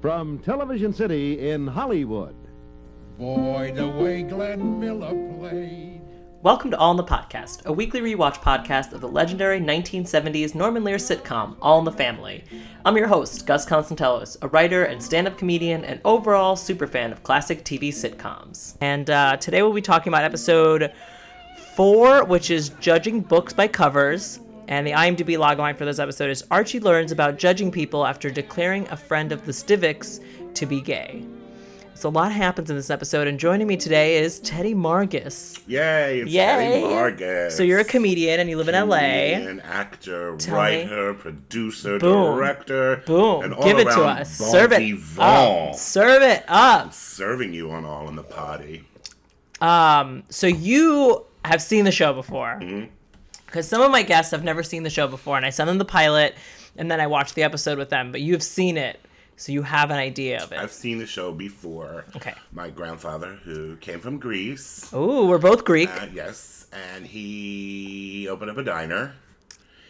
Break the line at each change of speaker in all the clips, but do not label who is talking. From Television City in Hollywood.
Boy, the way Glenn Miller played.
Welcome to All in the Podcast, a weekly rewatch podcast of the legendary 1970s Norman Lear sitcom All in the Family. I'm your host, Gus Constantelos, a writer and stand up comedian and overall superfan of classic TV sitcoms. And uh, today we'll be talking about episode four, which is Judging Books by Covers. And the IMDb logline for this episode is Archie learns about judging people after declaring a friend of the Stivics to be gay. So a lot happens in this episode, and joining me today is Teddy Margus.
Yay, it's
Yay.
Eddie Vargas.
So you're a comedian and you live in LA.
An actor,
Tell
writer, producer,
Boom.
director.
Boom.
And all
Give it to
around
us.
bon
Serve it
vivant.
up. Serve it up.
Serving you on All in the Potty.
Um, so you have seen the show before. Because
Mm-hmm.
some of my guests have never seen the show before, and I send them the pilot and then I watch the episode with them, but you've seen it, so you have an idea of
I've
it.
seen the show before.
Okay.
My grandfather, who came from Greece.
Ooh, we're both Greek.
Uh, yes. And he opened up a diner.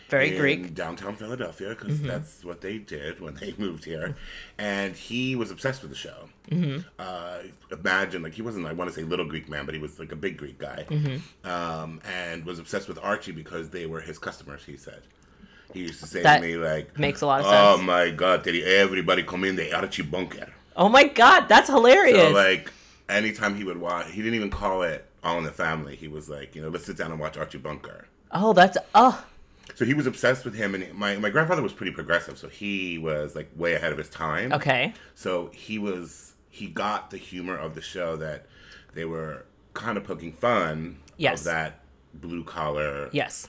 Very
in
Greek. Mm-hmm.
downtown Philadelphia because that's what they did when they moved here. And he was obsessed with the show.
Mm-hmm.
Uh, imagine like he wasn't I want to say little Greek man, but he was like a big Greek guy,
Mm-hmm.
um, and was obsessed with Archie because they were his customers. He said. He used to say
That
to me like,
makes a lot of
"Oh
sense."
my God, did everybody come in the Archie bunker?"
Oh my god, that's hilarious.
So like anytime he would watch, he didn't even call it All in the Family. He was like, you know, let's sit down and watch Archie Bunker.
oh, that's oh
So he was obsessed with him, and my, my grandfather was pretty progressive, so he was like way ahead of his time.
okay.
So he was he got the humor of the show that they were kind of poking fun
Yes.
of that blue collar
Yes,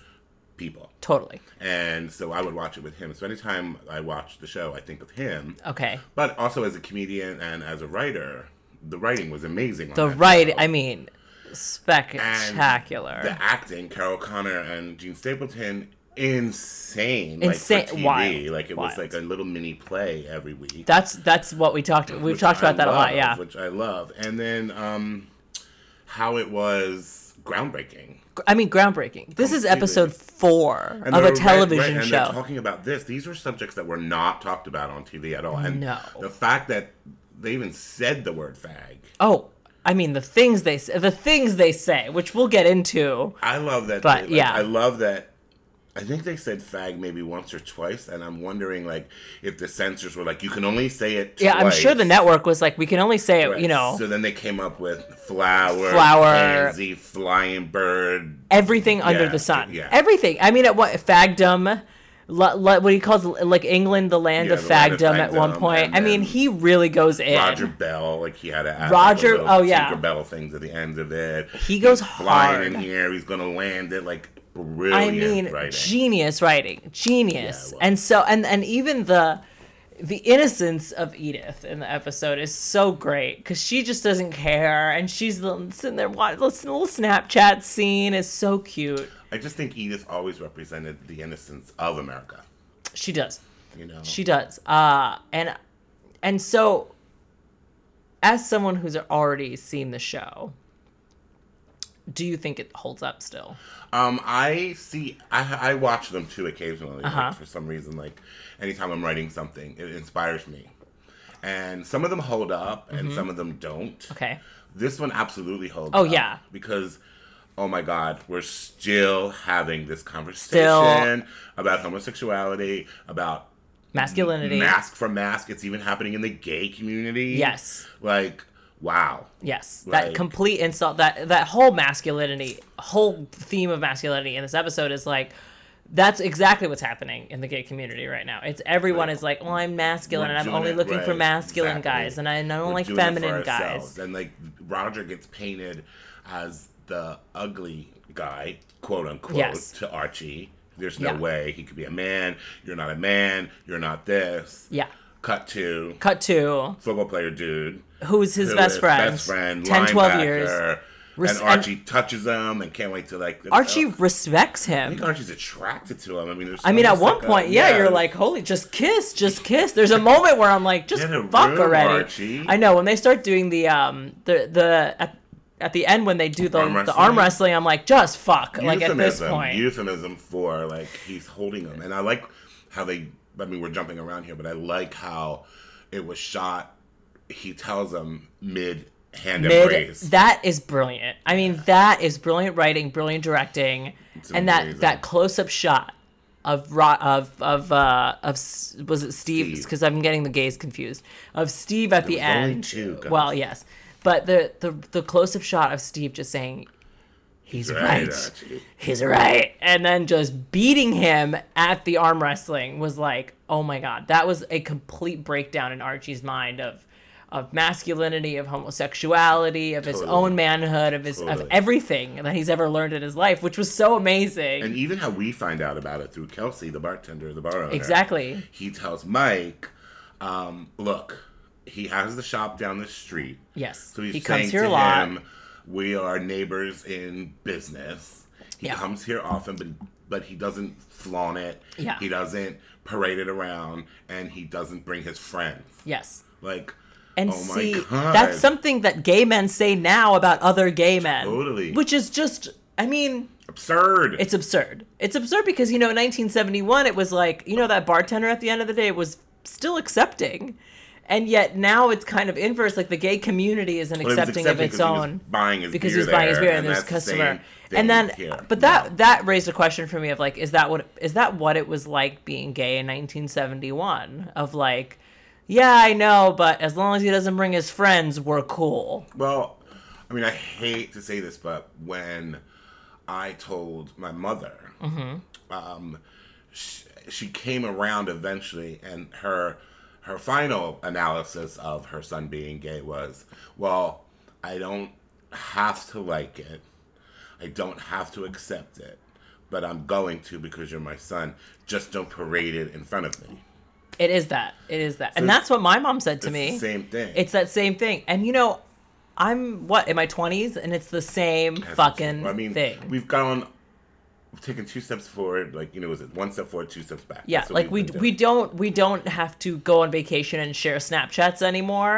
people,
totally.
and so I would watch it with him. So anytime I watch the show, I think of him.
Okay.
But also as a comedian and as a writer, the writing was amazing. on
The
that
right,
show.
I mean,
And
spectacular.
The acting, Carol Connor and Gene Stapleton, insane.
Insane-
like, for TV.
wild,
Like it
wild.
was like a little mini play every week.
That's that's what we talked. We've
which
talked
I
about that a lot.
love,
Yeah,
which I love. And then um, how it was groundbreaking.
I mean, groundbreaking. This is
Completely.
episode four
And
of
they're
a
right-
television
right, and they're
show.
talking about this. These were subjects that were not talked about on TV at all. And
No.
the fact that they even said the word fag.
Oh, I mean, the things they say, the things they say, which we'll get into.
I love that.
But,
too. Like,
yeah.
I love that. I think they said fag maybe once or twice, and I'm wondering like if the censors were like, you can only say it. Twice.
Yeah, I'm sure the network was like, we can only say it,
Right.
you know,
So then they came up with flower,
Flower.
pansy, flying bird.
everything under
yeah,
the sun,
yeah.
everything. I mean, at what fagdom. lo- lo- what he calls like England, the land
Yeah,
of
the land
fagdom,
of
at one
fagdom,
point.
and
I mean,
then
he really goes in.
Roger Bell, like he had to add
Roger-
like,
oh, yeah.
Bell things at the end of it.
He goes
He's flying
hard.
in here. He's gonna land it like brilliant.
I mean,
writing.
genius writing, genius,
Yeah, well.
and so and and even the the innocence of Edith in the episode is so great because she just doesn't care, and she's the- sitting there watching the little Snapchat scene is so cute.
I just think Edith always represented the innocence of America.
She does,
You know,
she does, uh, and and so as someone who's already seen the show, do you think it holds up still?
Um, I see. I, I watch them too occasionally like,
Uh-huh.
for some reason. Like anytime I'm writing something, it inspires me. And some of them hold up, and some of them don't.
Mm-hmm. Okay,
This one absolutely holds.
Oh,
up
yeah.
Because, oh my God, we're still having this conversation
Still.
about homosexuality, about
masculinity.
mask for mask. It's even happening in the gay community.
Yes.
Like, wow.
Yes, that
Like-
complete insult that that whole masculinity, whole theme of masculinity in this episode is like that's exactly what's happening in the gay community right now. It's everyone
Like,
is like, "Well, I'm masculine
We're
and I'm
doing
only
it
looking for
right,
masculine
exactly.
guys and I don't
We're
like
doing it for
feminine guys."
ourselves. And like Roger gets painted as the ugly guy, quote unquote,
Yes.
to Archie. There's no
Yeah.
way he could be a man. You're not a man. You're not this.
Yeah.
Cut to
Cut to
football player dude.
who's his
who
best
is
friend?
Best friend.
10 12 years.
linebacker,
Res-
and Archie touches him and can't wait to like.
Archie
I
respects
think
him.
Archie's attracted to him. I mean, there's.
I mean, at
almost
one
like a-
point, yeah, you're
there's-
like, "Holy, just kiss, just kiss." There's a moment where I'm like, "Just
Get a
fuck
room,
already."
Archie.
I know when they start doing the um the the at, at the end when they do the
Arm
the
wrestling?
arm wrestling, I'm like, "Just fuck." Like at this
euphemism,
point,
euphemism for like he's holding him, and I like how they. I mean, we're jumping around here, but I like how It was shot. He tells him mid hand
Mid,
embrace.
that is brilliant. I mean, that is brilliant writing, brilliant directing, and that,
amazing.
that close up shot of Ro- of of uh, of S- was it Steve?
Steve.
Because I'm getting the gays confused. Of Steve at the
was only
end.
two, guys.
well, yes, but the the, the close up shot of Steve just saying, "He's
Right,
right.
Archie.
he's right and then just beating him at the arm wrestling was like oh my god that was a complete breakdown in archie's mind of of masculinity of homosexuality of his
Totally.
own manhood of his of
Totally.
everything that he's ever learned in his life which was so amazing
And even how we find out about it through Kelsey, the bartender, the bar owner.
exactly
He tells Mike, um, look, he has the shop down the street.
yes
So he's
he comes
saying
here a
to
lot
him, we are neighbors in business. He
Yeah.
comes here often, but but he doesn't flaunt it.
Yeah.
He doesn't parade it around, and he doesn't bring his friends.
yes
Like,
and
oh
see
my god,
that's something that gay men say now about other gay men
Totally.
which is just i mean
absurd.
It's absurd. It's absurd because you know, in 1971, it was like you know that bartender at the end of the day was still accepting, and yet now it's kind of inverse. Like the gay community isn't
Well, it was
accepting of
accepting
its
'cause he was
own
buying his
because
beer
he was buying his
there,
beer and,
and
there's
that's the
customer.
same
and then,
thing here.
but that
No.
that raised a question for me of like, is that what is that what it was like being gay in 1971? Of like, yeah, I know, but as long as he doesn't bring his friends, we're cool.
Well, I mean, I hate to say this, but when I told my mother,
Mm-hmm.
um, she, she came around eventually, and her her final analysis of her son being gay was, "Well, I don't have to like it. I don't have to accept it." But I'm going to because you're my son. Just don't parade it in front of me.
It is that. It is that. and that's what my mom said to
It's
me.
the same thing.
It's that same thing. And you know, I'm what in my 20s and it's the same fucking
I mean,
thing.
We've gone, we've taken two steps forward, like you know, is it one step forward, two steps back?
yeah,
That's what
like we
we've been
we
doing.
don't we don't have to go on vacation and share Snapchats anymore.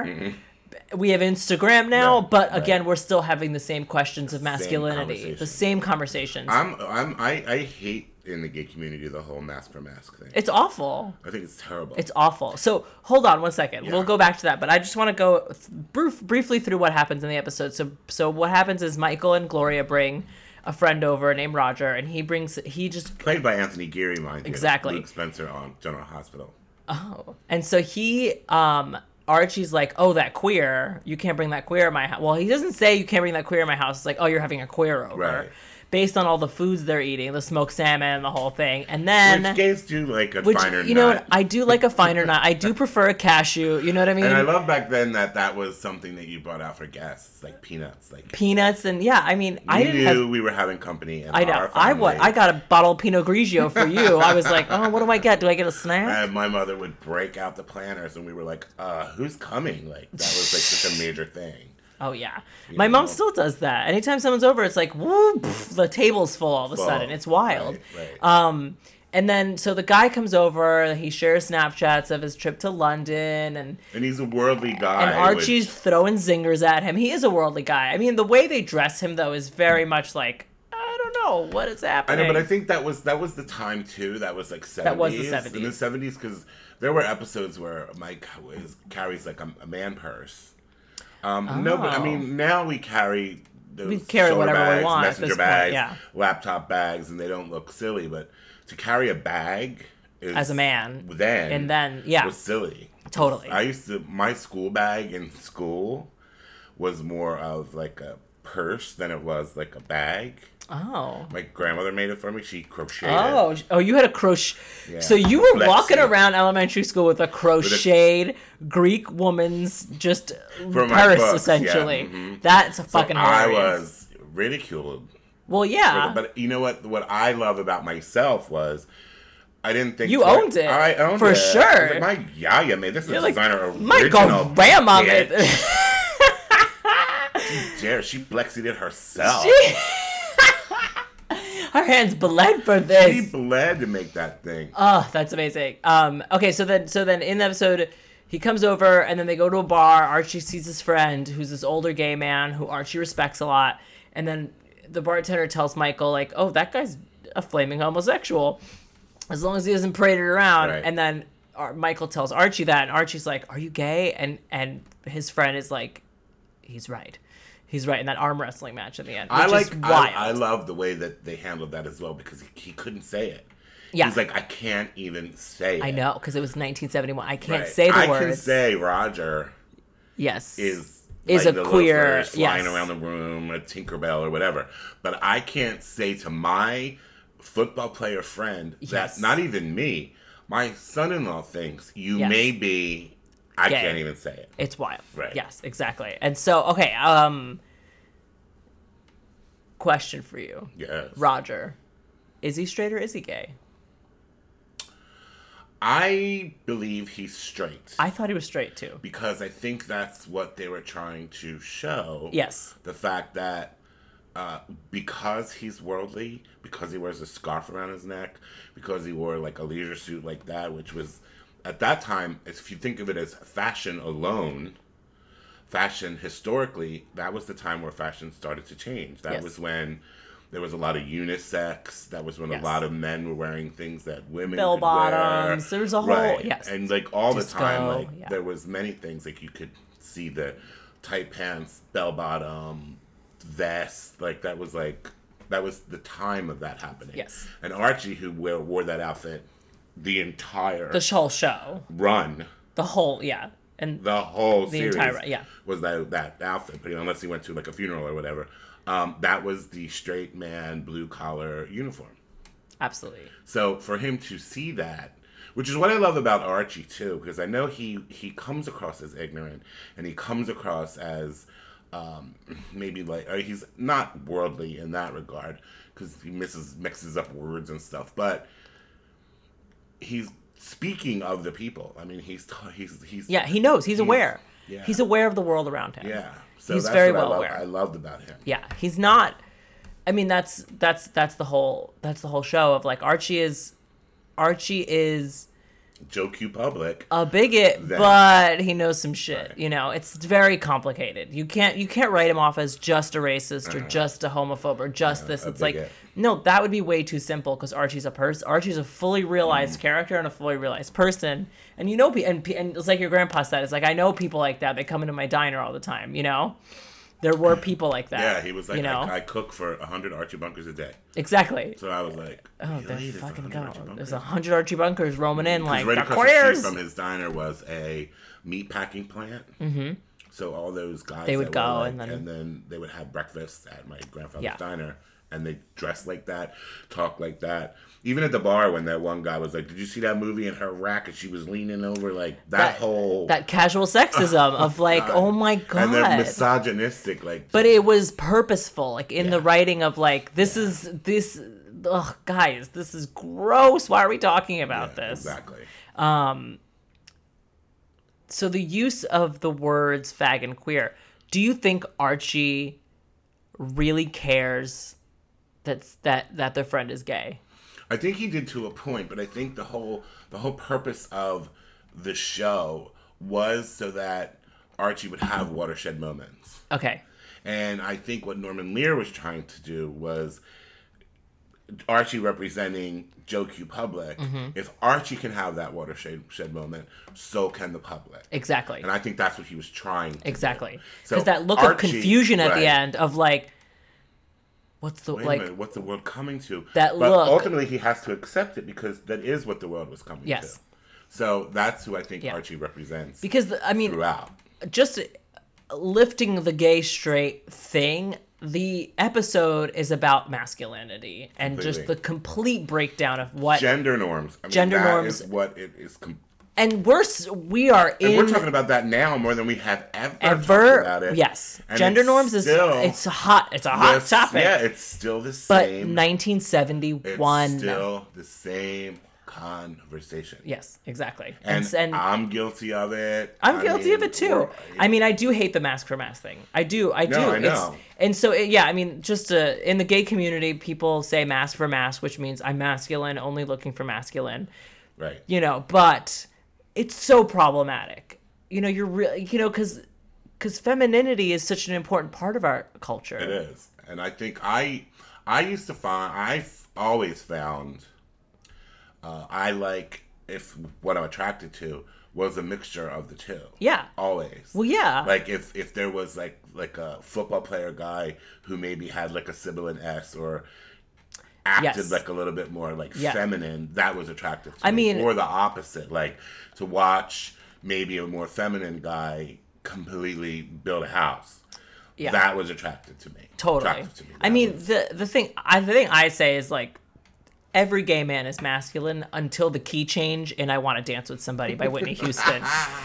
We have Instagram now,
Mm-hmm. Yeah,
but
right.
again, we're still having the same questions of masculinity, the
conversation.
same conversations.
I'm I'm I, I hate in the gay community the whole mask for mask thing.
it's awful.
I think it's terrible.
It's awful. So hold on one second. We'll
Yeah.
go back to that, but I just want to go th- brief, briefly through what happens in the episode. So so what happens is Michael and Gloria bring a friend over named Roger, and he brings he just
played by Anthony Geary, mind you,
Exactly.
Luke Spencer on General Hospital.
Oh. and so he um Archie's like, oh that queer, you can't bring that queer in my house. Well, he doesn't say you can't bring that queer in my house. It's like, oh, you're having a queer over.
Right.
Based on all the foods they're eating, the smoked salmon, the whole thing, and then
Which gays do like a
which,
finer
you know,
nut.
what? I do like a finer nut. I do prefer a cashew. You know what I mean?
and I love back then that that was something that you brought out for guests, like peanuts. Like
peanuts and yeah i mean i
we
didn't
knew
have
we were having company. And
i know
Our
i what
family-
i got a bottle of pinot grigio for you i was like oh what do i get do i get a snack
And my mother would break out the planners, and we were like, uh, who's coming? Like, that was like such a major thing.
oh yeah my mom
know.
still does that anytime someone's over it's like whoop the table's full all of a
Full.
sudden it's wild
Right, right.
um and then so the guy comes over he shares snapchats of his trip to london and
and he's a worldly guy.
and Archie's
which-
throwing zingers at him. He is a worldly guy. I mean, the way they dress him though is very much like I don't know what is
I
happening.
know, but I think that was that was the time too. That was like seventies.
That was the
in the
70s.
seventies because there were episodes where Mike was carries like a, a man purse. Um, No, but
Oh.
I mean now we carry those
We carry
shoulder
whatever we
bags,
want at
messenger
this point,
bags,
yeah.
laptop bags, and they don't look silly. But to carry a bag is,
As a man.
then
And then- yeah.
was silly.
Totally.
I used to my school bag in school was more of like a purse than it was like a bag.
oh.
My grandmother made it for me. She crocheted.
Oh, sh- oh, you had a crochet.
Yeah.
So you were
Flexi.
walking around elementary school with a crocheted Greek woman's just
For my
purse,
books, yeah,
essentially.
mhm.
That's a
So
fucking
I
hilarious.
was ridiculed.
Well, yeah.
But you know what? What I love about myself was I didn't think
You
twice-
owned it,
I owned
for
it. I was
sure.
like, my yaya made this is
You're
a
like,
designer original.
my grandma made
bitch."
this.
Dare she flexied it herself.
Her hands bled for
She
this.
bled to make that thing.
Oh, that's amazing. Um, okay, so then so then in the episode, he comes over and then they go to a bar. Archie sees his friend, who's this older gay man who Archie respects a lot, and then the bartender tells Michael like, "Oh, that guy's a flaming homosexual." As long as he doesn't parade it around,
Right.
and then Ar- Michael tells Archie that, and Archie's like, "Are you gay?" and and his friend is like, "He's right." He's right in that arm wrestling match in the end. Which
I like
is
I,
wild.
I love the way that they handled that as well because he, he couldn't say it.
Yeah.
He's like, I can't even say it.
I know because it was 1971. I can't
Right.
say the
I
words.
can say Roger
yes.
is
Is a
like the
queer-
loafer, flying
yes.
around the room, a Tinkerbell or whatever. But I can't say to my football player friend
Yes.
that not even me, my son-in-law thinks you
Yes.
may be. I
Gay.
can't even say it.
It's wild.
Right.
Yes, exactly. And so, okay, um question for you.
Yes.
Roger. Is he straight or is he gay?
I believe he's straight.
I thought he was straight too.
because I think that's what they were trying to show.
Yes.
The fact that uh, because he's worldly, because he wears a scarf around his neck, because he wore like a leisure suit like that, which was at that time, if you think of it as fashion alone, fashion historically, that was the time where fashion started to change. That
Yes.
was when. There was a lot of unisex. That was when
Yes.
a lot of men were wearing things that women
Bell
could wear.
bottoms. There was a whole- yes.
and like all
Disco,
the time, like
yeah.
there was many things like you could see the tight pants, bell bottom, vest. Like that was like that was the time of that happening.
Yes.
And Archie, who wore, wore that outfit the entire
The whole show.
run,
The whole, yeah. And
the whole
The
series,
entire run, yeah.
was that that outfit. But, you know, unless he went to like a funeral or whatever, um, that was the straight man blue collar uniform.
absolutely.
So for him to see that, which is what I love about Archie too, because I know he he comes across as ignorant and he comes across as um, maybe like or he's not worldly in that regard because he misses mixes up words and stuff, but he's speaking of the people. I mean, he's t- he's he's
Yeah, he knows. He's, aware.
yeah.
He's aware of the world around him.
yeah. So
He's
that's
very
what
well
I, loved,
aware.
I loved about him.
yeah he's not i mean that's that's that's the whole that's the whole show of like archie is archie is
Joe Q Public.
a bigot
Then-
but he knows some shit
Right.
you know it's very complicated you can't you can't write him off as just a racist or just a homophobe or just this
Uh-huh. a
it's like
bigot.
no that would be way too simple because archie's a person archie's a fully realized
Mm.
character and a fully realized person and you know pe- and, pe- and it's like your grandpa said it's like i know people like that they come into my diner all the time you know there were people like that
yeah, he was like,
you know
I, I cook for 100 Archie Bunkers a day.
exactly
So I was like,
Oh,
really?
they're
There's
fucking
100 Archie
gone. There's
Bunkers?
a hundred Archie Bunkers roaming in like
Because right
the
across the
queers.
street from his diner was a meat packing plant. So all those guys
Mm-hmm. They would
that were,
go
like-
and then-
they would have breakfast at my grandfather's
Yeah.
diner, and they dress like that, talk like that. Even at the bar, when that one guy was like, "Did you see that movie?" and her rack, and she was leaning over like that, whole
that casual sexism of like, oh my god.
and they're misogynistic, like
but it was purposeful, like in the
Yeah.
writing of like, this is this. Ugh, guys, this is gross. Why are we talking about this?
exactly.
So the use of the words fag and queer. Do you think Archie really cares that's that that their friend is gay?
I think he did to a point, but I think the whole the whole purpose of the show was so that Archie would have watershed moments.
Okay.
And I think what Norman Lear was trying to do was Archie representing Joe Q Public.
Mm-hmm.
If Archie can have that watershed shed moment, so can the public.
Exactly.
And I think that's what he was trying to
Exactly.
So
Because that look of
Archie-
confusion at the
right.
end of like, what's the
Wait
like?
a minute, what's the world coming to?
That
but
look-
ultimately he has to accept it because that is what the world was coming
Yes.
to. So that's who I think
Yeah.
Archie represents
Because the- I mean,
throughout.
just lifting the gay straight thing. The episode is about masculinity and just
Completely.
the complete breakdown of what.
Gender norms. I mean,
Gender
that
norms-
is what it is. Com-
and we're s- we are in
and we're talking about that now more than we have ever,
ever.
talked about it.
Yes,
And
gender
it's
norms is
still
it's hot. It's a hot
this-
topic.
Yeah, it's still the
but
same.
1971.
It's still the same conversation.
yes, exactly.
And,
s- and
I'm guilty of it.
I'm
I
guilty
mean,
of it too.
we're-
I mean, I do hate the mask for mask thing. I do. I do.
I
It's-
know.
and so, it, yeah, I mean, just uh, in the gay community, people say mask for mask, which means I'm masculine, only looking for masculine,
right.
you know, but it's so problematic. You know, you're really, you know, because because femininity is such an important part of our culture.
It is, and I think I I used to find I f- always found uh, I like uh, if what I'm attracted to was a mixture of the two.
Yeah.
Always.
Well, yeah.
Like if if there was like like a football player guy who maybe had like a sibling S or acted
Yes.
like a little bit more like
Yeah.
feminine, that was attractive to
I
me.
mean-
or the opposite, like to watch maybe a more feminine guy completely build a house.
Yeah.
That was attractive to me.
totally.
Attractive to me.
I
That
mean,
was-
the the thing I the thing I say is like every gay man is masculine until the key change in "I Want to Dance with Somebody" by Whitney Houston,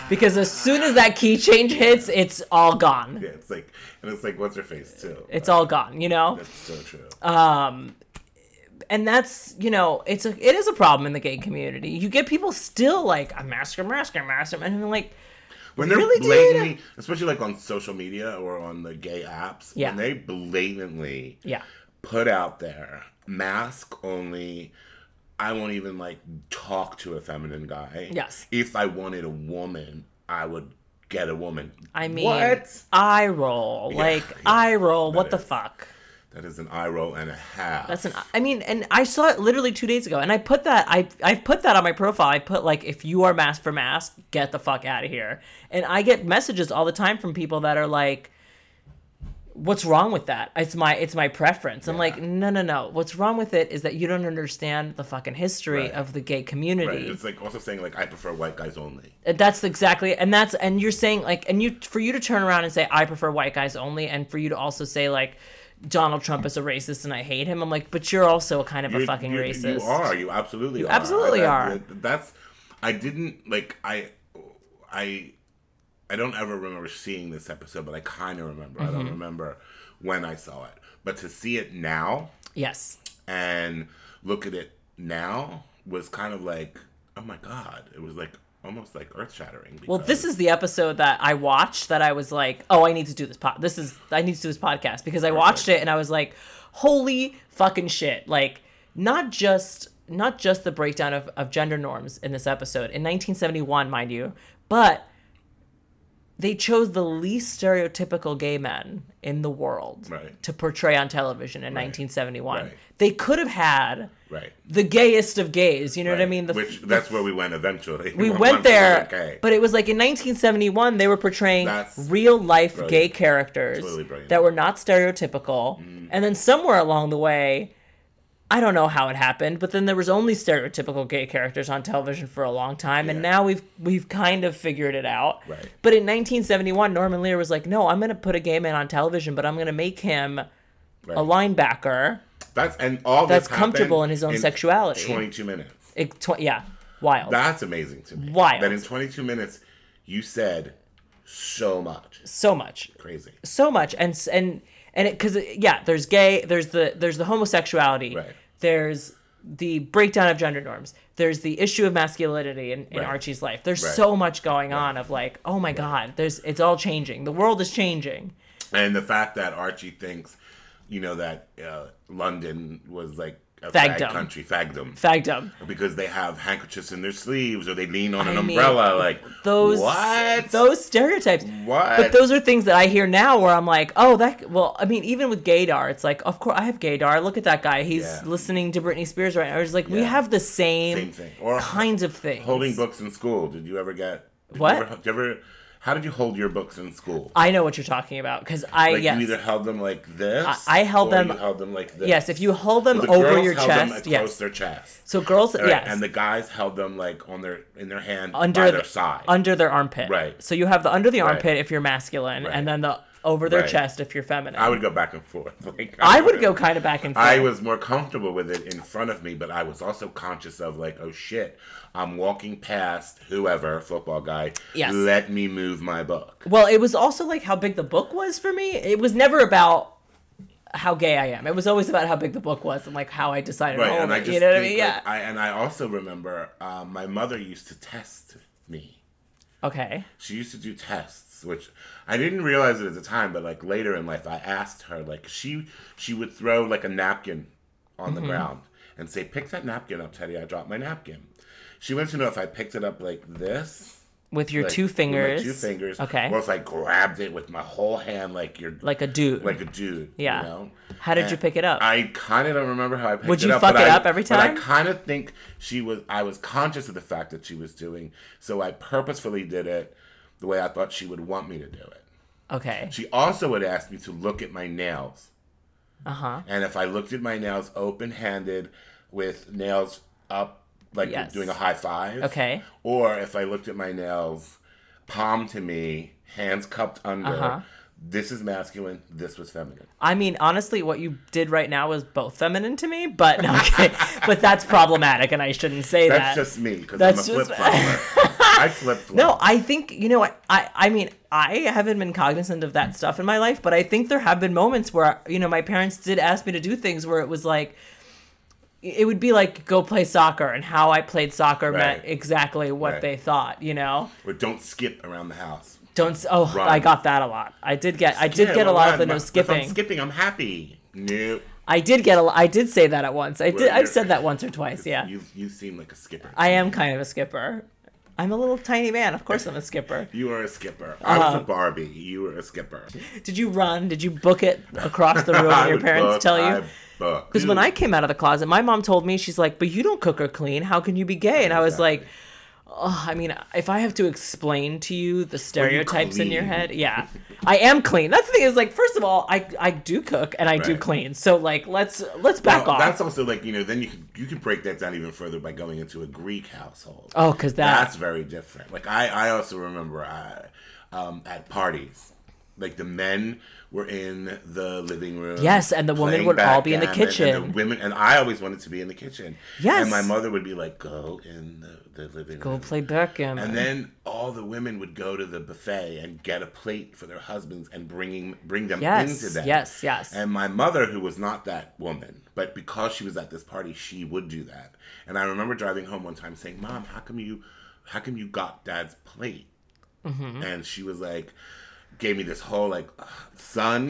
because as soon as that key change hits, it's all gone.
yeah, it's like and it's like what's her face too.
It's all gone, you know.
That's so true.
Uh, and that's you know it's a it is a problem in the gay community you get people still like i'm masculine masculine masculine and I'm like
when they're
Really, dude?
blatantly, especially like on social media or on the gay apps,
Yeah.
when they blatantly
yeah
put out there mask only. I won't even like talk to a feminine guy.
Yes.
If I wanted a woman, I would get a woman.
i mean
what?
eye roll like
yeah,
eye roll what the
is.
fuck
That is an eye roll and a half.
that's an i mean and i saw it literally two days ago and i put that i i put that on my profile i put like if you are mask for mask get the fuck out of here and i get messages all the time from people that are like what's wrong with that it's my it's my preference i'm like no no no what's wrong with it is that you don't understand the fucking history
Right.
of the gay community
Right. It's like also saying like I prefer white guys only.
and That's exactly, and that's, and you're saying like, and you for you to turn around and say I prefer white guys only, and for you to also say like Donald Trump is a racist and I hate him. I'm like, but you're also a kind of a
You're-
fucking
you-
racist.
You are. You absolutely are.
absolutely
That-
are.
that- that's. I didn't like. I. I. I don't ever remember seeing this episode, but I kind of remember. I
Mm-hmm.
don't remember when I saw it, but to see it now
Yes.
and look at it now was kind of like, oh my god! It was like almost like earth shattering.
Well, this is the episode that I watched that I was like, oh, I need to do this pod. This is I need to do this podcast because I watched it and I was like, holy fucking shit! Like, not just not just the breakdown of, of gender norms in this episode in 1971, mind you, but they chose the least stereotypical gay men in the world
Right.
to portray on television in 1971.
Right.
They could have had
right.
the gayest of gays. You know what I
Right.
mean? The,
Which that's where we went eventually.
we
Once
went
was
there,
okay.
but it was like in 1971 they were portraying
That's
real life gay
brilliant.
characters
Totally brilliant. Mm.
that were not stereotypical. And then somewhere along the way, I don't know how it happened, but then there was only stereotypical gay characters on television for a long time, and
Yeah.
now we've we've kind of figured it out.
Right.
But in 1971, Norman Lear was like, "No, I'm going to put a gay man on television, but I'm going to make him
Right.
a linebacker."
That's and all
that's
this
comfortable in
happened
his own sexuality.
Twenty-two minutes.
It, tw- yeah, wild,
That's amazing to me.
Wild.
That in 22 minutes, you said so much. It's
so much.
crazy.
so much and s- and and it because yeah there's gay there's the there's the homosexuality
Right.
there's the breakdown of gender norms there's the issue of masculinity in, in
Right.
archie's life there's
Right.
so much going on of like oh my god there's it's all changing the world is changing
And the fact that Archie thinks, you know, that uh, London was like a
Fagdom.
fag country, fagdom.
fagdom
because they have handkerchiefs in their sleeves or they lean on an
I mean,
umbrella. like,
those
What?
those stereotypes
What?
but those are things that i hear now where i'm like oh that well i mean even with gaydar it's like of course i have gaydar look at that guy he's
Yeah.
listening to britney spears right now it's like we
Yeah.
have the same,
Same thing. Or
kinds of things
holding books in school. Did you ever get. Did
What?
You ever, did you ever- how did you hold your books in school?
I know what you're talking about because I
like
yes
you either held them like this.
I- I held
or
them-
You held them like this.
yes if you hold them
The
over
girls
your
held them
chest
across
yes
their chest.
so girls
Right,
yes
And the guys held them like on their in their hand
under
by
the,
their side.
under their armpit
Right.
so you have the under the
Right.
armpit if you're masculine
Right.
and then the over their
Right.
chest if you're feminine
I would go back and forth. Like
I would go kind of back and forth
I was more comfortable with it in front of me, but I was also conscious of like, oh shit, I'm walking past whoever football guy.
Yes.
Let me move my book.
well it was also like how big the book was for me it was never about how gay I am it was always about how big the book was and like how I decided
Right,
to hold
and I
it
just
you know what I mean
think,
yeah
like, I, and I also remember uh, my mother used to test me.
okay
she used to do tests which i didn't realize it at the time but like later in life i asked her like she she would throw like a napkin on
Mm-hmm.
the ground and say pick that napkin up teddy i dropped my napkin she wanted to know if i picked it up like this
with your
like,
two
with my
fingers.
two fingers.
Okay.
Once I grabbed it with my whole hand, like you're
like a dude.
like a dude.
Yeah.
You know?
How did you
And
pick it up?
I kind of don't remember how I picked
Would
it
you
up.
fuck
but
it
I-
up every time?
But I kind of think she was. I was conscious of the fact that she was doing. So I purposefully did it the way I thought she would want me to do it.
okay.
She also had asked me to look at my nails,
Uh huh.
and if I looked at my nails open-handed, with nails up, like
Yes.
doing a high five.
Okay.
Or if I looked at my nails, palm to me, hands cupped under.
Uh-huh.
This is masculine. This was feminine.
I mean, honestly, what you did right now was both feminine to me, but okay, but that's problematic, and I shouldn't say
That's
that.
just me because I'm a
That's
flip
just-
flopper. I flip flop.
No, I think you know. I, I I mean, I haven't been cognizant of that stuff in my life, but I think there have been moments where you know my parents did ask me to do things where it was like, it would be like go play soccer, and how I played soccer meant
Right.
exactly what
Right.
they thought. You know,
Or don't skip around the house.
don't. s- Oh,
Run.
I got that a lot. I did get. I did
Yeah,
get a
well,
lot of
I'm-
the no
If I'm
skipping.
skipping, I'm happy. No.
I did get a. lo- I did say that at once. I did.
Well,
I've
you're-
said that once or twice. Yeah.
You, you seem like a skipper.
I am kind of a skipper. I'm a little tiny man. Of course, I'm a skipper.
you are a skipper. I was a Barbie. You were a skipper.
Did Uh-huh. you run? Did you book it across the room?
I
Your
would
parents
book,
tell
I
you?
book.
Because when I came out of the closet, my mom told me she's like, "But you don't cook or clean. How can you be gay?" And I was like, "Oh, I mean, if I have to explain to you the
you
stereotypes in your
clean.
head, yeah, I am clean. That's the thing is like, first of all, I I do cook and I do
Right.
clean. So like, let's let's back
Well,
off.
That's also like you know. Then you can you can break that down even further by going into a Greek household.
oh, because that
that's very different. Like I, I also remember I, um, at parties, like the men were in the living room.
Yes, and the women
playing
would all be in the
backgammon,
kitchen.
And the women and I always wanted to be in the kitchen.
Yes.
and my mother would be like, "Go in the, the living
go
room."
play backgammon.
And then all the women would go to the buffet and get a plate for their husbands and bringing bring them
Yes,
into that.
yes, yes.
And my mother, who was not that woman, but because she was at this party, she would do that. And I remember driving home one time saying, "Mom, how come you, how come you got Dad's plate?"
Mm-hmm.
And she was like, gave me this whole like, "Ugh, "Son,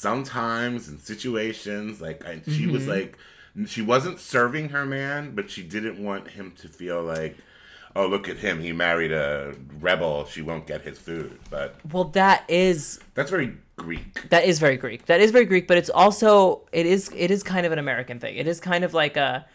sometimes in situations like," and she
Mm-hmm.
was like. She wasn't serving her man, but she didn't want him to feel like oh look at him he married a rebel she won't get his food but
well, that is
that's very greek
That is very Greek. That is very Greek, but it's also it is it is kind of an American thing. It is kind of like a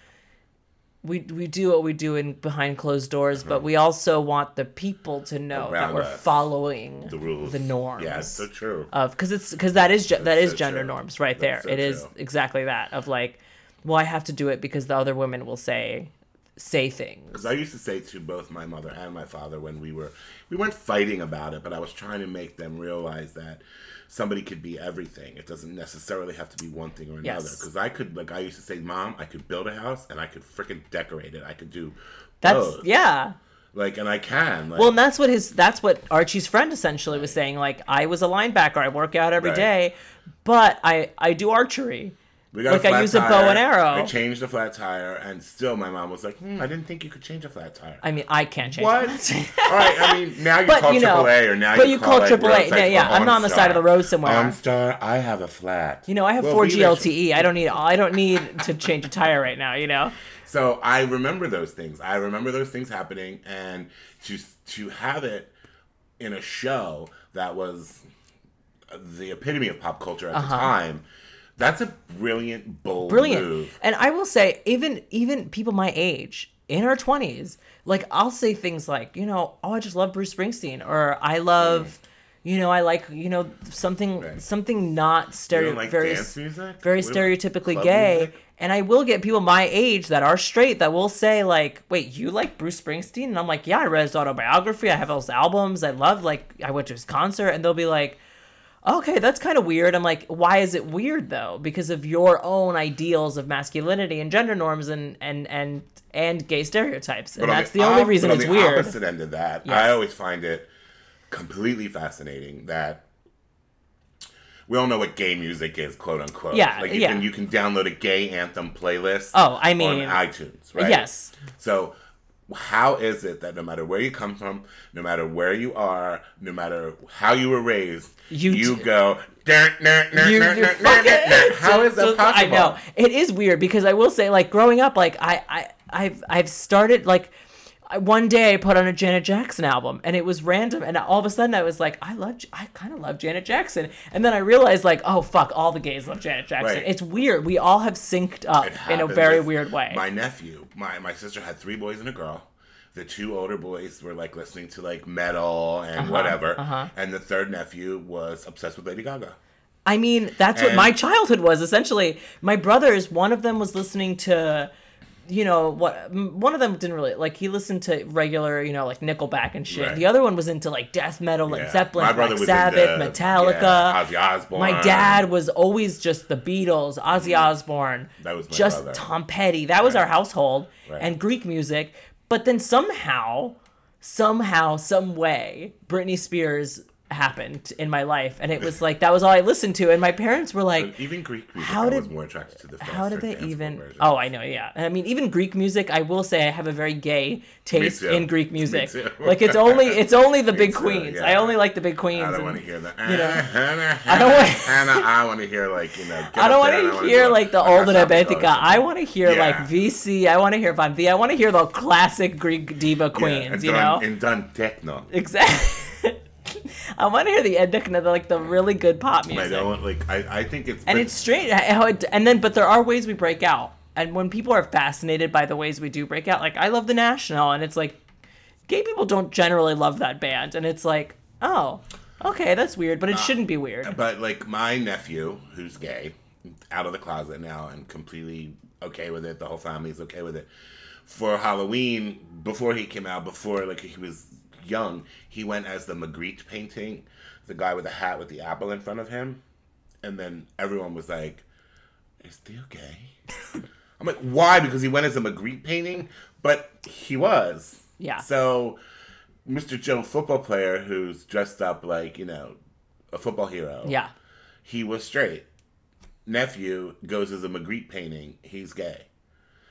we we do what we do in behind closed doors, but we also want the people to know that
Around
we're
us.
following
the rules
the norms. Uh,
yeah it's so true
of because it's because that is ge- that is
so
gender
true.
norms right
That's
there.
so
It is
true.
exactly that of like, well, I have to do it because the other women will say say things.
because i used to say to both my mother and my father when we were we weren't fighting about it but i was trying to make them realize that somebody could be everything it doesn't necessarily have to be one thing or another
Yes.
because i could like i used to say mom i could build a house and i could freaking decorate it i could do
That's
both.
yeah.
like and i can like,
Well, and that's what his that's what Archie's friend essentially was saying. Like, I was a linebacker. I work out every
Right.
day, but I I do archery.
We got
Like, I
flat
use a bow and
tire.
arrow.
I changed the flat tire, and still my mom was like, hmm, "I didn't think you could change a flat tire."
I mean, I can't change.
what? All
that.
right. I mean, now you
But,
call
you know,
AAA, or now
but
you
you
call,
call
like,
AAA.
roadside
Yeah, yeah,
for
I'm not on the
OnStar.
side of the road somewhere.
OnStar, I have a flat.
You know, I have
Well,
four
be there.
GLTE. E. I don't need I don't need to change a tire right now. You know,
So I remember those things. I remember those things happening, and to to have it in a show that was the epitome of pop culture at the time. That's a brilliant, bold
Uh-huh. brilliant.
move.
And I will say, even even people my age in our twenties, like I'll say things like, you know, oh, I just love Bruce Springsteen, or I love. You know, I like you know something
Mm. Right.
something not
You
stereo
don't like
very
dance music?
very
What-
stereotypically
club
gay.
music?
And I will get people my age that are straight that will say like, "Wait, you like Bruce Springsteen?" And I'm like, "Yeah, I read his autobiography. I have all his albums. I love like I went to his concert." And they'll be like, "Okay, that's kind of weird." I'm like, "Why is it weird though? Because of your own ideals of masculinity and gender norms and and and and gay stereotypes." And
But on
that's the, only
op-
reason
but on
it's
the
weird.
opposite end of that,
Yes.
I always find it completely fascinating that we all know what gay music is, quote unquote.
Yeah,
like you
yeah.
can you can download a gay anthem playlist.
Oh, I mean-
on iTunes, right?
Yes.
So. How is it that no matter where you come from, no matter where you are, no matter how you were raised,
You do-
go. "Dur, dur, dur,
you,
dur,
you're
dur, dur,
fucking-
dur." How is that
So- I
possible?
know it is weird because I will say, like growing up, like I, I, I've, I've started like. I, one day I put on a Janet Jackson album and it was random and all of a sudden I was like I love J- I kind of love Janet Jackson and then I realized like oh fuck all the gays love Janet Jackson
Right.
it's weird we all have synced up
It
in a
happened
very
with
weird way
My nephew, my my sister had three boys and a girl. The two older boys were like listening to like metal and
Uh-huh,
whatever, and the third nephew was obsessed with Lady Gaga.
I mean, that's what my
And-
childhood was essentially. My brothers, one of them was listening to, you know, what m- one of them didn't really like. He listened to regular, you know, like Nickelback and shit.
Right.
The other one was into like death metal, like
Yeah.
Zeppelin,
My brother
Black
was
Sabbath,
into,
Metallica.
yeah, Ozzy Osbourne. Mm.
My dad was always just the Beatles, Ozzy Osbourne,
That was my
just
brother.
Tom Petty. That was our household
Right.
and Greek music. But then somehow, somehow, some way, Britney Spears happened in my life, and it was like that was all I listened to. And my parents were like,
But even Greek music.
how
I
did-
was more attracted to the faster,
how did they
danceable
even
version.
oh i know yeah i mean even greek music i will say i have a very gay taste
too.
in greek
Me
music
too.
like it's only it's only the big
too,
queens
yeah.
i only like the big queens
I don't
and-
want to hear that.
know.
Hannah,
I don't wanna-
Hannah, I want to hear like you know. get
I don't
up there and I
want to
wanna
hear
go,
like the
"I got
old and
something to tell
Abentica.
you."
I want to hear like
Yeah.
VC. I want to hear Van V. I want to hear the classic Greek diva
Yeah,
queens.
and
you know,
done- and done techno.
exactly. I want to hear the endocna, like the really good pop
I
music.
don't like. I, I think it's
and
but-
it's straight how it, and then but there are ways we break out and when people are fascinated by the ways we do break out like i love the national and it's like gay people don't generally love that band and it's like oh okay that's weird but it shouldn't be weird
But like my nephew, who's gay, out of the closet now and completely okay with it. The whole family's okay with it. For Halloween, before he came out, before like he was young, he went as the Magritte painting, the guy with the hat with the apple in front of him, and then everyone was like, "Is Theo gay?" I'm like, "Why?" Because he went as a Magritte painting, but he was.
Yeah.
So. Mr. Joe, football player who's dressed up like, you know, a football hero.
yeah
He was straight. Nephew goes as a Magritte painting. He's gay.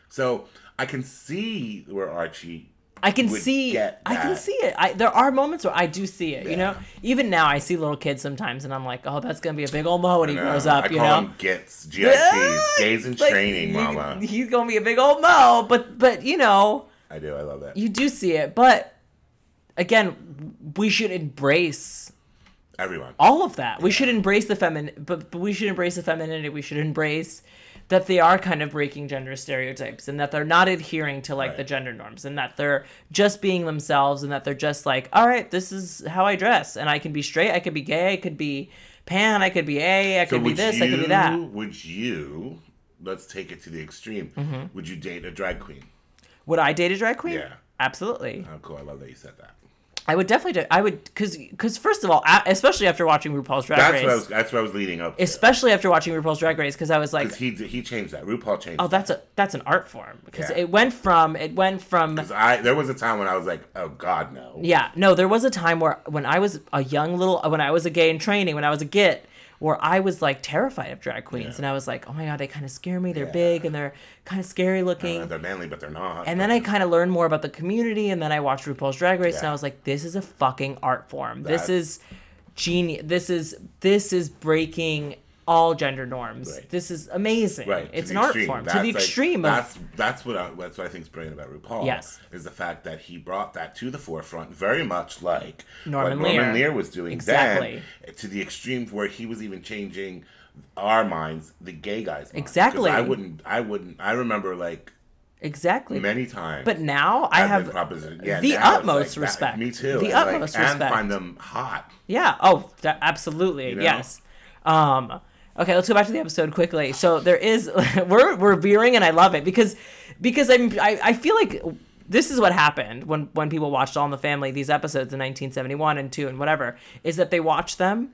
So I can see where Archie.
i can
would
see
get
i can
that.
see it I, there are moments where i do see it you know
Yeah.
even now i see little kids sometimes and i'm like oh that's gonna be a big old mo when he grows
Uh,
up
I
you
call
know
him Gits, G-I-T's,
Yeah,
gays in
like,
training,
you-
mama.
he's gonna be a big old mo but but you know
I do. I love that.
you do see it but again we should embrace
Everyone.
all of that we should embrace the feminine but, but we should embrace the femininity we should embrace that they are kind of breaking gender stereotypes and that they're not adhering to like the
Right.
gender norms and that they're just being themselves and that they're just like all right this is how i dress and i can be straight i could be gay i could be pan i could be a i could be this i could be that
Would you? Let's take it to the extreme.
Mm-hmm.
Would you date a drag queen?
would i date a drag queen
Yeah.
absolutely
Oh, cool. I love that you said that.
i would definitely do, i would because because first of all a- especially after watching rupaul's drag
That's
race
what I was. That's what I was leading up. to.
especially after watching RuPaul's Drag Race, because I was like,
'Cause he he changed that. RuPaul changed.
oh, that's a that's an art form, because
Yeah.
it went from it went from
Because I there was a time when I was like, oh God, no.
yeah, no, there was a time where when I was a young little, when I was a gay in training, when I was a git, where I was like terrified of drag queens, and I was like, oh my god, they kind of scare me. They're
Yeah.
big and they're kind of scary looking.
Uh, they're manly, but they're not.
and then I kind of learned more about the community, and then I watched RuPaul's Drag Race, and
Yeah.
I was like, this is a fucking art form.
That's-
This is genius. This is this is breaking all gender norms.
Right.
This is amazing.
right, to
it's
the
an art
extreme.
form to
That's,
the
like,
extreme of
that's that's what I, that's what I think is brilliant about RuPaul.
Yes.
is the fact that he brought that to the forefront, very much like
Norman
what Norman
Lear.
Lear was doing
Exactly.
then, to the extreme where he was even changing our minds, the gay guys' minds. 'Cause
Exactly.
I wouldn't. I wouldn't. I remember like
exactly.
many times.
but now I
I've
have
been propositioned. Yeah,
the
now it's like
utmost
that-
respect.
me too.
The
and, like,
utmost
And
respect.
find them hot.
Yeah. Oh, tha- absolutely.
know?
Yes. Um, okay, let's go back to the episode quickly. So there is we're we're veering, and I love it because because I'm I, I feel like this is what happened when when people watched All in the Family these episodes in 1971 and two and whatever is that they watched them.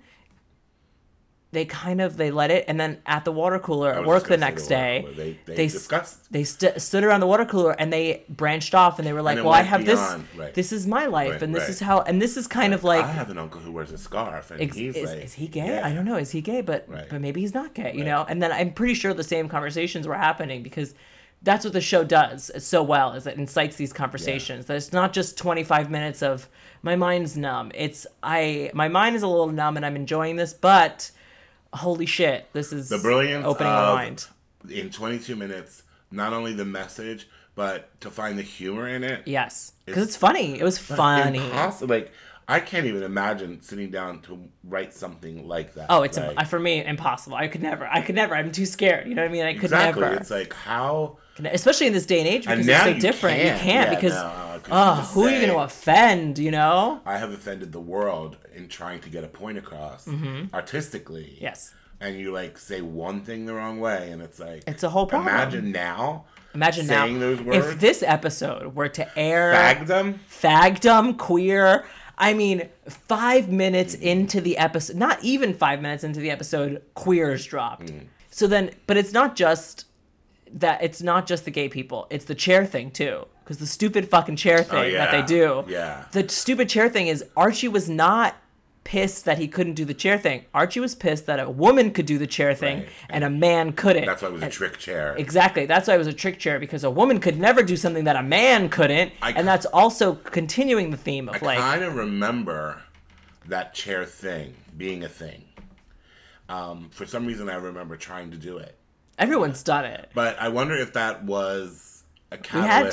They kind of they let it, and then at the water cooler
I
at
was
work
just
the
gonna say
next day,
water cooler. They, they,
they s-
discussed.
they st- stood around the water cooler and they branched off and they were like,
it
"Well, I
went
have
beyond,
this.
right.
This is my life,
Right,
and this
right.
is how. And this is kind of like
I have an uncle who wears a scarf, and
Ex-
he's
is,
like,
is he gay?
Yeah.
I don't know. Is he gay? But
Right.
but maybe he's not gay. You
Right.
know. And then I'm pretty sure the same conversations were happening because that's what the show does so well is it incites these conversations. That it's not just 25 minutes of my mind's numb. It's I my mind is a little numb and I'm enjoying this, but holy shit, this is
The brilliance
opening
of,
my mind.
in 22 minutes. Not only the message, but to find the humor in it,
Yes, because it's, funny. It was funny.
impossible. Like I can't even imagine sitting down to write something like that.
Oh, it's
like,
im- for me impossible. I could never. I could never. I'm too scared. You know what I mean? I could
exactly.
never.
It's like how
Can- especially in this day and age because
and
it's
now
so
you
different.
Can.
You can't
Yeah,
because
no, 'cause you
uh,
just
who are you
say,
going to offend? You know?
I have offended the world in trying to get a point across artistically.
Mm-hmm. Yes.
And you like say one thing the wrong way, and it's like
It's a whole problem.
Imagine now,
Imagine
Saying
now
those
if
words?
this episode were to air
fag them.
fagdom queer. I mean, five minutes
Mm.
into the episode, not even five minutes into the episode, queers dropped.
Mm.
So then, but it's not just that. It's not just the gay people. It's the chair thing too, because the stupid fucking chair thing that
Oh, yeah.
they do.
Yeah.
The stupid chair thing is Archie was not pissed that he couldn't do the chair thing. Archie was pissed that a woman could do the chair thing
Right.
and a man couldn't.
That's why it was a trick chair.
Exactly. That's why it was a trick chair because a woman could never do something that a man couldn't,
I-
and that's also continuing the theme of like,
I kind of remember that chair thing being a thing. Um, for some reason, I remember trying to do it,
everyone's done it.
but I wonder if that was a
had to.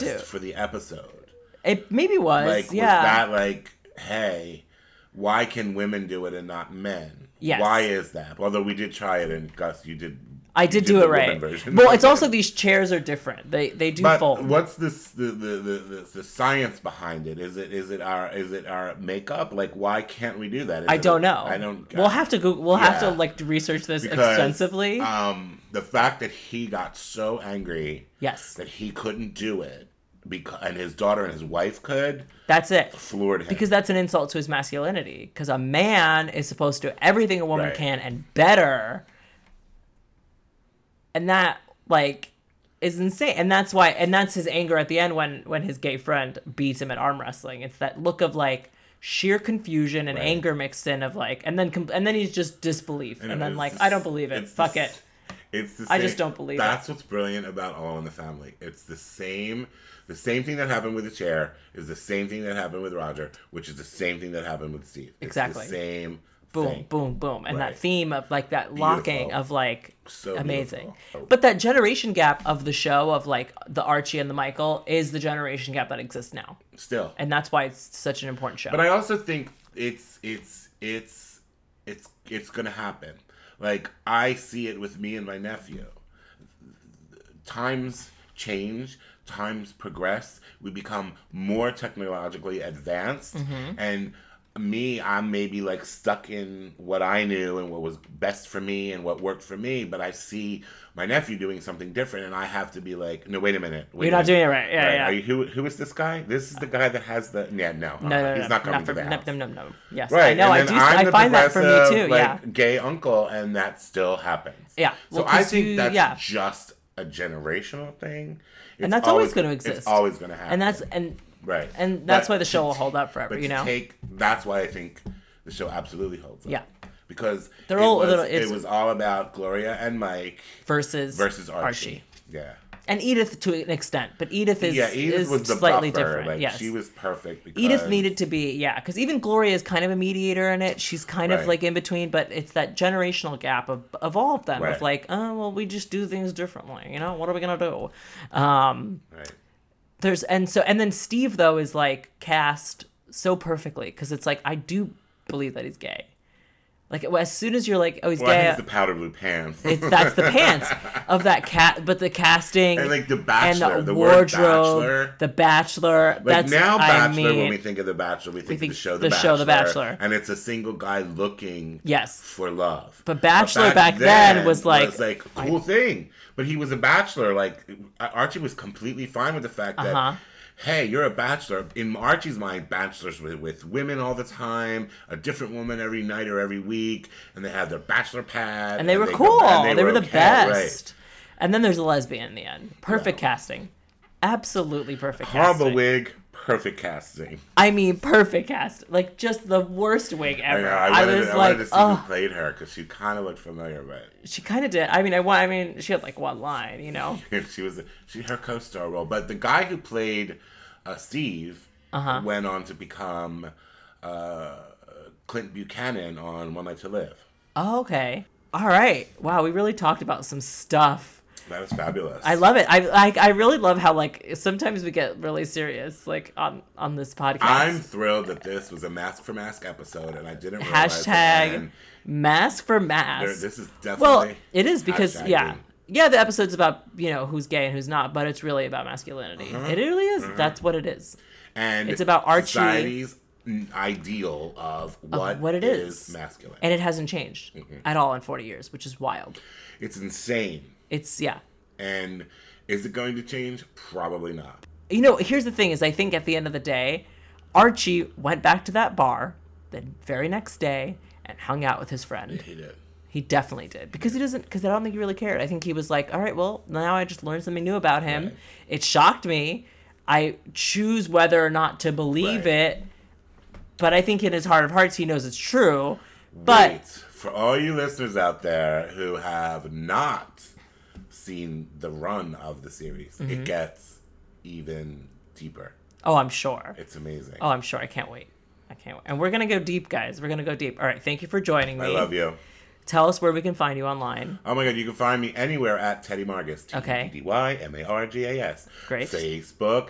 catalyst for the episode.
It maybe was,
Like,
yeah.
was that like, hey, why can women do it and not men?
Yes.
Why is that? Although we did try it, and Gus, you did.
I
you
did do
the
it right.
woman version.
Well, it's also these chairs are different. They they do
But
fold.
what's this the, the, the, the, the science behind it? Is it is it our is it our makeup? Like why can't we do that? Is
I
it-
don't know.
I don't.
We'll have to Google. We'll have to
Yeah.
like research this
Because,
extensively.
Um, the fact that he got so angry
yes,
that he couldn't do it because and his daughter and his wife could
that's it.
floored him
Because that's an insult to his masculinity. Because a man is supposed to do everything a woman
Right.
can and better. And that like is insane. And that's why and that's his anger at the end when when his gay friend beats him at arm wrestling. It's that look of like sheer confusion and anger mixed in of like and then com- and then he's just disbelief and,
it
then
was
like
the
I
s-
don't believe it.
it's the
Fuck
s-
it.
It's the
I just
same-
don't believe it.
That's what's brilliant about All in the Family. It's the same. The same thing that happened with the chair is the same thing that happened with Roger, which is the same thing that happened with Steve. It's the
Exactly.
same.
boom,
thing.
boom, boom, and
Right.
that theme of like that locking
Beautiful.
of like
So
amazing.
beautiful.
But that generation gap of the show of like the Archie and the Michael is the generation gap that exists now,
Still.
and that's why it's such an important show.
But I also think it's it's it's it's it's gonna happen. Like I see it with me and my nephew. Times change, times progress. We become more technologically advanced,
Mm-hmm.
and me, I'm maybe like stuck in what I knew and what was best for me and what worked for me. But I see my nephew doing something different, and I have to be like, no, wait a minute, wait
You're
a
not doing
minute.
it right. Yeah, yeah.
Are you, who who is this guy? This is the guy that has the yeah no
no, no, no,
he's not coming
for,
to the
no,
house.
no, no, no. Yes,
Right.
I know. I
and
do.
then I'm
I
the
find that for me
progressive,
too. yeah,
like, Gay uncle, and that still happens.
Yeah, well,
so I
'cause
think
you-
that's
yeah.
just a generational thing, It's
and that's always, going to
it's
exist.
always going to happen.
And that's and
right.
and that's
But
why the show
to
will hold
ta-
up forever.
But
You
to
know.
take that's why I think the show absolutely holds up.
Yeah.
Because
They're
it
all a
was,
little-
it
it's-
was all about Gloria and Mike
Versus
versus Archie. Yeah.
and Edith to an extent, but Edith is
Yeah, Edith
is
was the
slightly
buffer.
different.
Like
yes,
she was perfect because
Edith needed to be, yeah, because even Gloria is kind of a mediator in it. She's kind of
Right.
like in between, but it's that generational gap of, of all of them
Right.
of like, oh well, we just do things differently. You know, what are we gonna do? Um,
Right.
there's and so and then Steve though is like cast so perfectly because it's like I do believe that he's gay. Like as soon as you're like, oh, he's
Well, I think
gay.
it's the powder blue pants.
It's that's the pants of that cat, but the casting
And like the
and
bachelor, the, word
wardrobe,
bachelor.
the bachelor.
Like
that's
now,
I
bachelor.
mean,
when we think of the bachelor, we think,
think
of the show, the,
the
bachelor,
show, The Bachelor.
and it's a single guy looking
Yes.
for love.
But bachelor back then was like-
like a cool thing. But he was a bachelor. Like Archie was completely fine with the fact that.
Uh-huh.
Hey, you're a bachelor. In Archie's mind, bachelors with, with women all the time, a different woman every night or every week, and they had their bachelor pad.
and they were
go-
cool.
and
they, were, the
okay, right.
best. And then there's a lesbian in the end. Perfect casting. Absolutely perfect
Horrible
casting.
wig, perfect casting.
I mean, perfect cast. Like just the worst wig
I,
ever.
know,
I,
I, wanted,
was
I
like,
wanted to see
oh,
who played her because she kind of looked familiar, but
she kind of did. I mean, I wa- I mean, she had like one line, you know.
she was she her co-star role. But the guy who played uh, Steve
Uh-huh.
went on to become uh, Clint Buchanan on One Night to Live.
Oh, okay. All right. Wow, we really talked about some stuff.
That is fabulous.
I love it. I like. I really love how like sometimes we get really serious like on on this podcast.
I'm thrilled that this was a mask for mask episode, and I didn't realize that,
hashtag
man,
mask for
there-
mask.
this is definitely
well, it is because
hashtag
yeah,
being-
yeah. The episode's about you know who's gay and who's not, but it's really about masculinity.
Mm-hmm.
It really is. That's what it is.
and
it's about Archie-
society's n- ideal of what,
what it
is,
is.
masculine.
And it hasn't changed
Mm-hmm.
at all in 40 years, which is wild.
it's insane.
It's yeah.
And is it going to change? Probably not.
You know, here's the thing is I think at the end of the day, Archie went back to that bar the very next day and hung out with his friend.
He did.
He definitely did because he doesn't because I don't think he really cared. I think he was like, all right, well now I just learned something new about him.
Right.
It shocked me. I choose whether or not to believe
Right.
it, but I think in his heart of hearts he knows it's true. But
Wait, for all you listeners out there who have not seen the run of the series,
Mm-hmm.
it gets even deeper.
oh, I'm sure.
It's amazing.
Oh, I'm sure. I can't wait. I can't wait. And we're gonna go deep, guys. We're gonna go deep. All right. Thank you for joining me.
I love you.
Tell us where we can find you online.
Oh my god, you can find me anywhere at Teddy Margus. T E D
Okay.
D Y M A R G A S.
Great.
Facebook,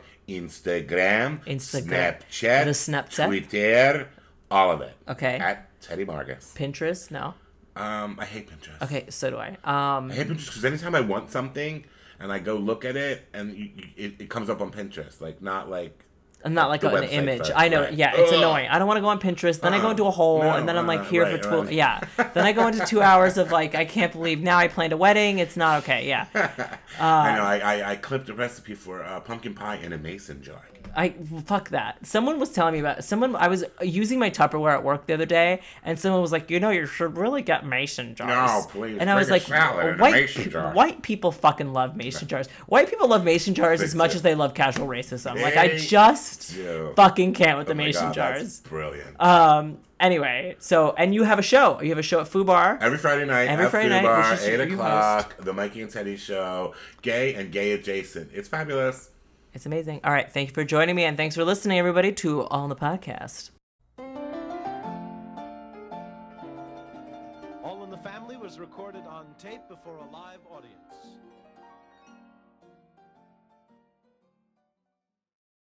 Instagram,
Instagram.
Snapchat,
The Snapchat.
Twitter, all of it.
Okay.
At Teddy Margus.
Pinterest? No.
Um, I hate Pinterest.
Okay. So do I. Um.
I hate Pinterest because anytime I want something and I go look at it and you, you, it, it comes up on Pinterest, like not like
I'm not like
The
an
website
image.
first,
I know.
right.
Yeah. It's
Ugh.
annoying. I don't want to go on Pinterest. Then I go
Uh-uh.
into a hole,
No,
and then I'm like
uh-uh,
here
right,
for twelve.
right.
Yeah. then I go into two hours of like I can't believe now I planned a wedding. It's not okay. Yeah.
I
Ah.
know I, I, I clipped a recipe for uh, pumpkin pie in a mason jar.
I fuck that. Someone was telling me about someone. I was using my Tupperware at work the other day, and someone was like, "You know, you should really get mason jars."
No, please,
And I was
bring
like,
a salad and a
"White
mason
pe-
jar."
white people fucking love mason jars. White people love mason jars as
They
much
do.
as they love casual racism. Like I
They
just
do.
fucking can't with the
Oh my
mason
God, That's
jars. Uh,
brilliant.
Um, Anyway, so and you have a show. You have a show at Foo Bar.
Every Friday night,
Every
at
Friday
Friday
night,
Bar,
which is
8
you host.
o'clock, The Mikey and Teddy Show, gay and gay adjacent. It's fabulous.
It's amazing. All right, thank you for joining me, and thanks for listening, everybody, to All in the Podcast.
All in the Family was recorded on tape before a live audience.